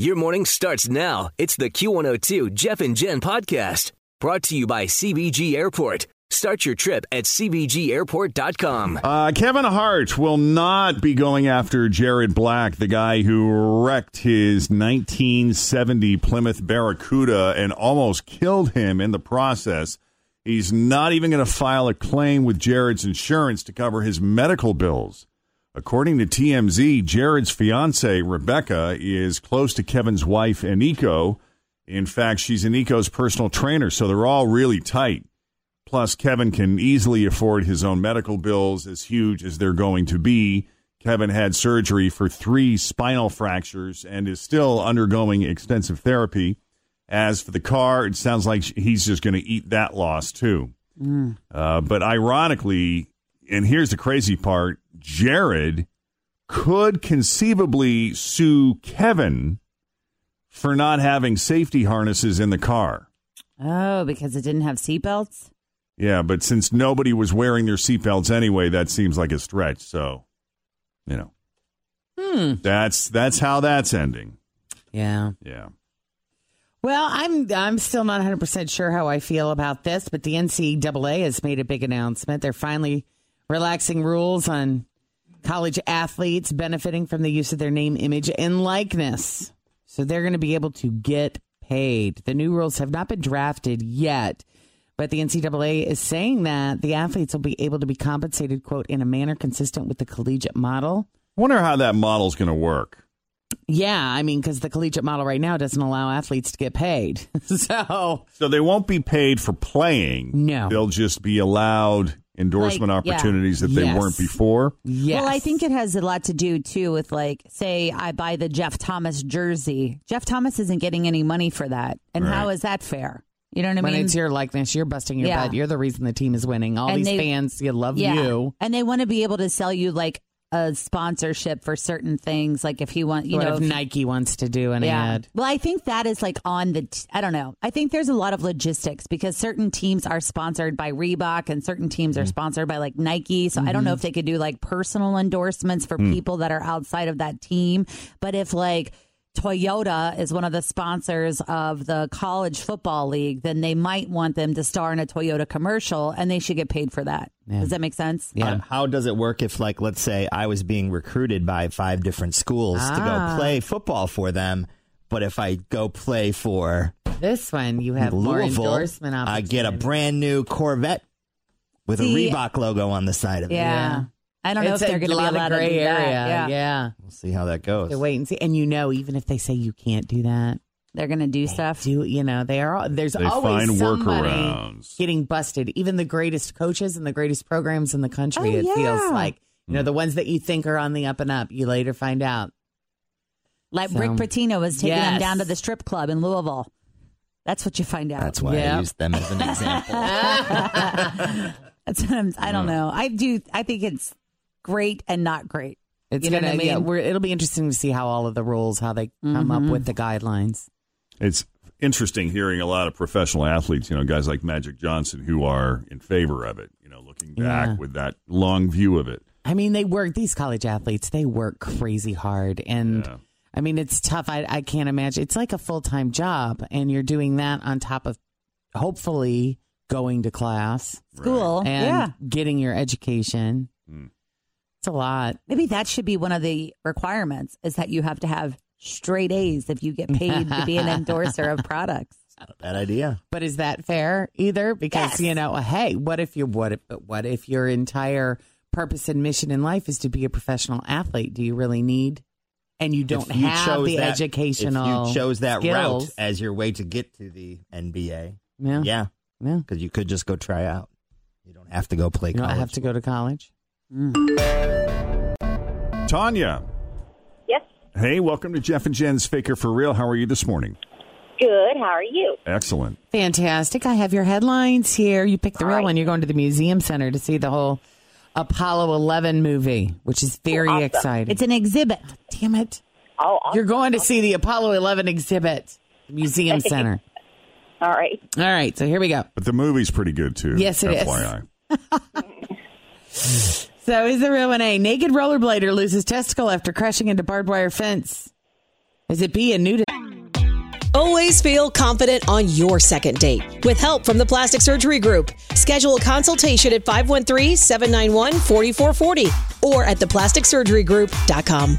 Your morning starts now. It's the Q102 Jeff and Jen podcast brought to you by CBG Airport. Start your trip at CBGAirport.com. Uh, Kevin Hart will not be going after Jared Black, the guy who wrecked his 1970 Plymouth Barracuda and almost killed him in the process. He's not even going to file a claim with Jared's insurance to cover his medical bills. According to TMZ, Jared's fiancee, Rebecca, is close to Kevin's wife, Aniko. In fact, she's Aniko's personal trainer, so they're all really tight. Plus, Kevin can easily afford his own medical bills, as huge as they're going to be. Kevin had surgery for three spinal fractures and is still undergoing extensive therapy. As for the car, it sounds like he's just going to eat that loss too. Uh, but ironically, and here's the crazy part Jared could conceivably sue Kevin for not having safety harnesses in the car. Oh, because it didn't have seatbelts? Yeah, but since nobody was wearing their seatbelts anyway, that seems like a stretch. So, you know, that's that's how that's ending. Yeah. Yeah. Well, I'm I'm still not 100 percent sure how I feel about this, but the NCAA has made a big announcement. They're finally relaxing rules on college athletes benefiting from the use of their name, image, and likeness. So they're going to be able to get paid. The new rules have not been drafted yet, but the NCAA is saying that the athletes will be able to be compensated quote in a manner consistent with the collegiate model. Wonder how that model's going to work. Yeah, I mean, because the collegiate model right now doesn't allow athletes to get paid. so So they won't be paid for playing. No. they'll just be allowed endorsement Like, yeah. opportunities that they Yes. weren't before. Yes. Well, I think it has a lot to do too with like, say, I buy the Jeff Thomas jersey. Jeff Thomas isn't getting any money for that, and how Right. is that fair? You know what I when mean? it's your likeness, you're busting your Yeah. butt. You're the reason the team is winning. All And these they- fans, you love yeah, you. and they want to be able to sell you like a sponsorship for certain things, like if you want, you what know, if if- Nike wants to do an ad? Well, I think that is like on the. T- I don't know. I think there's a lot of logistics because certain teams are sponsored by Reebok and certain teams Mm. are sponsored by like Nike. So I Mm-hmm. don't know if they could do like personal endorsements for Mm. people that are outside of that team. But if like Toyota is one of the sponsors of the college football league, then they might want them to star in a Toyota commercial and they should get paid for that. Does that make sense? Yeah. Um, how does it work if, like, let's say I was being recruited by five different schools to Ah. go play football for them, but if I go play for This one, you have more Louisville, endorsement I get a opportunities. brand new Corvette with See- a Reebok logo on the side of Yeah. it. I don't know It's if a they're going to be lot of allowed gray to do area. that. Yeah. We'll see how that goes. They wait and see, and you know, even if they say you can't do that, They're going to do stuff. do you know they are? all- There's They always find somebody workarounds. getting busted. Even the greatest coaches and the greatest programs in the country, Oh, it yeah. feels like you know the ones that you think are on the up and up, you later find out Like So- Rick Pitino was taking them Yes. down to the strip club in Louisville. That's what you find out. That's why Yeah. I used them as an example. That's what I'm, I don't know. I do. I think it's great and not great. It's You know gonna what I yeah, mean? we're, it'll be interesting to see how all of the rules, how they come up with the guidelines. It's interesting hearing a lot of professional athletes, you know, guys like Magic Johnson, who are in favor of it. You know, looking back Yeah. with that long view of it. I mean, they work these college athletes. They work crazy hard, and Yeah. I mean, it's tough. I I can't imagine. It's like a full time job, and you're doing that on top of hopefully going to class School. and Yeah. getting your Mm. education. It's a lot. Maybe that should be one of the requirements is that you have to have straight A's if you get paid to be an endorser of products. Not a bad idea. But is that fair either? Because Yes. you know, hey, what if you what if, but what if your entire purpose and mission in life is to be a professional athlete? Do you really need? And you don't If you have chose the that- educational. If you chose that route skills. as your way to get to the NBA, yeah, yeah, yeah. because you could just go try out. You don't have to go play. You don't college. have to go to college. Tanya, Yes. hey, welcome to Jeff and Jen's Faker for Real. How are you this morning? Good. How are you? Excellent. Fantastic. I have your headlines here. You pick the real one. You're going to the museum center to see the whole Apollo 11 movie, which is very Awesome. exciting. It's an exhibit. damn it. Oh, awesome. You're going to see the Apollo 11 exhibit, museum center. All right. All right, so here we go. But the movie's pretty good, too. Yes, it FYI. is. So is the real one A. Naked rollerblader loses testicle after crashing into barbed wire fence. Is it B, a nudist? Always feel confident on your second date. With help from the Plastic Surgery Group, schedule a consultation at 513-791-4440 or at theplasticsurgerygroup.com.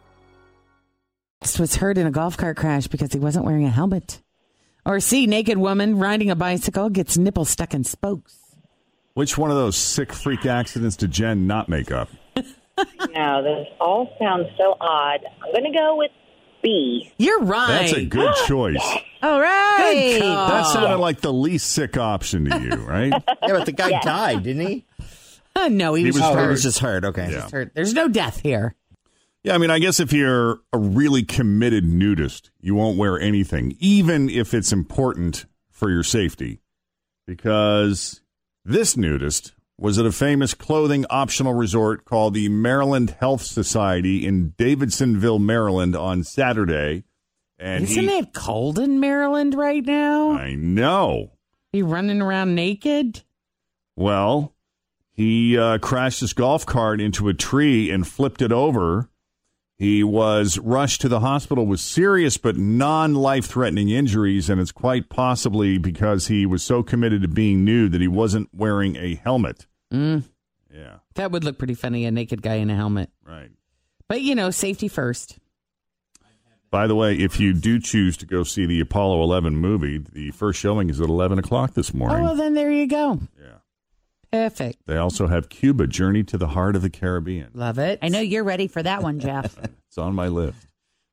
was hurt in a golf cart crash because he wasn't wearing a helmet. Or C, naked woman riding a bicycle gets nipple stuck in spokes. Which one of those sick freak accidents did Jen not make up? No, this all sounds so odd. I'm going to go with B. You're right. Oh. That's a good choice. All right. Good call. That sounded like the least sick option to you, right? Yeah, but the guy died, didn't he? Uh, no, he, He was, was hurt. Oh, hurt. he was just hurt. Okay. Yeah. hurt. There's no death here. Yeah, I mean, I guess if you're a really committed nudist, you won't wear anything, even if it's important for your safety. Because this nudist was at a famous clothing optional resort called the Maryland Health Society in Davidsonville, Maryland on Saturday. And Isn't he- it cold in Maryland right now? I know. He running around naked? Well, he uh, crashed his golf cart into a tree and flipped it over. He was rushed to the hospital with serious but non life threatening injuries, and it's quite possibly because he was so committed to being nude that he wasn't wearing a helmet. Mm, Yeah, that would look pretty funny, a naked guy in a helmet. right. But you know, safety first. By the way, if you do choose to go see the Apollo 11 movie, the first showing is at 11 o'clock this Oh morning. well, then there you go. yeah. Perfect. They also have Cuba Journey to the Heart of the Caribbean. Love it. I know you're ready for that one, Jeff. It's on my list.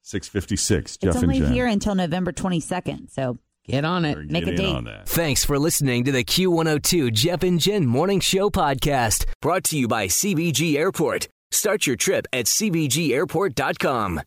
656, Jeff it's only and Jen. here until November 22nd. So Get on it. Or Make get a in date. on that. Thanks for listening to the Q102 Jeff and Jen Morning Show podcast brought to you by CBG Airport. Start your trip at CBGAirport.com.